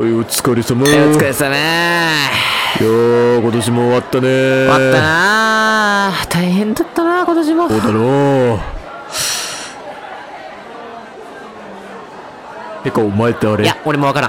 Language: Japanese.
はい、お疲れ様。お疲いれ様やー、今年も終わったねー。終わったなー大変だったな今年もそうだろう。てか、お前ってあいれや俺もわからん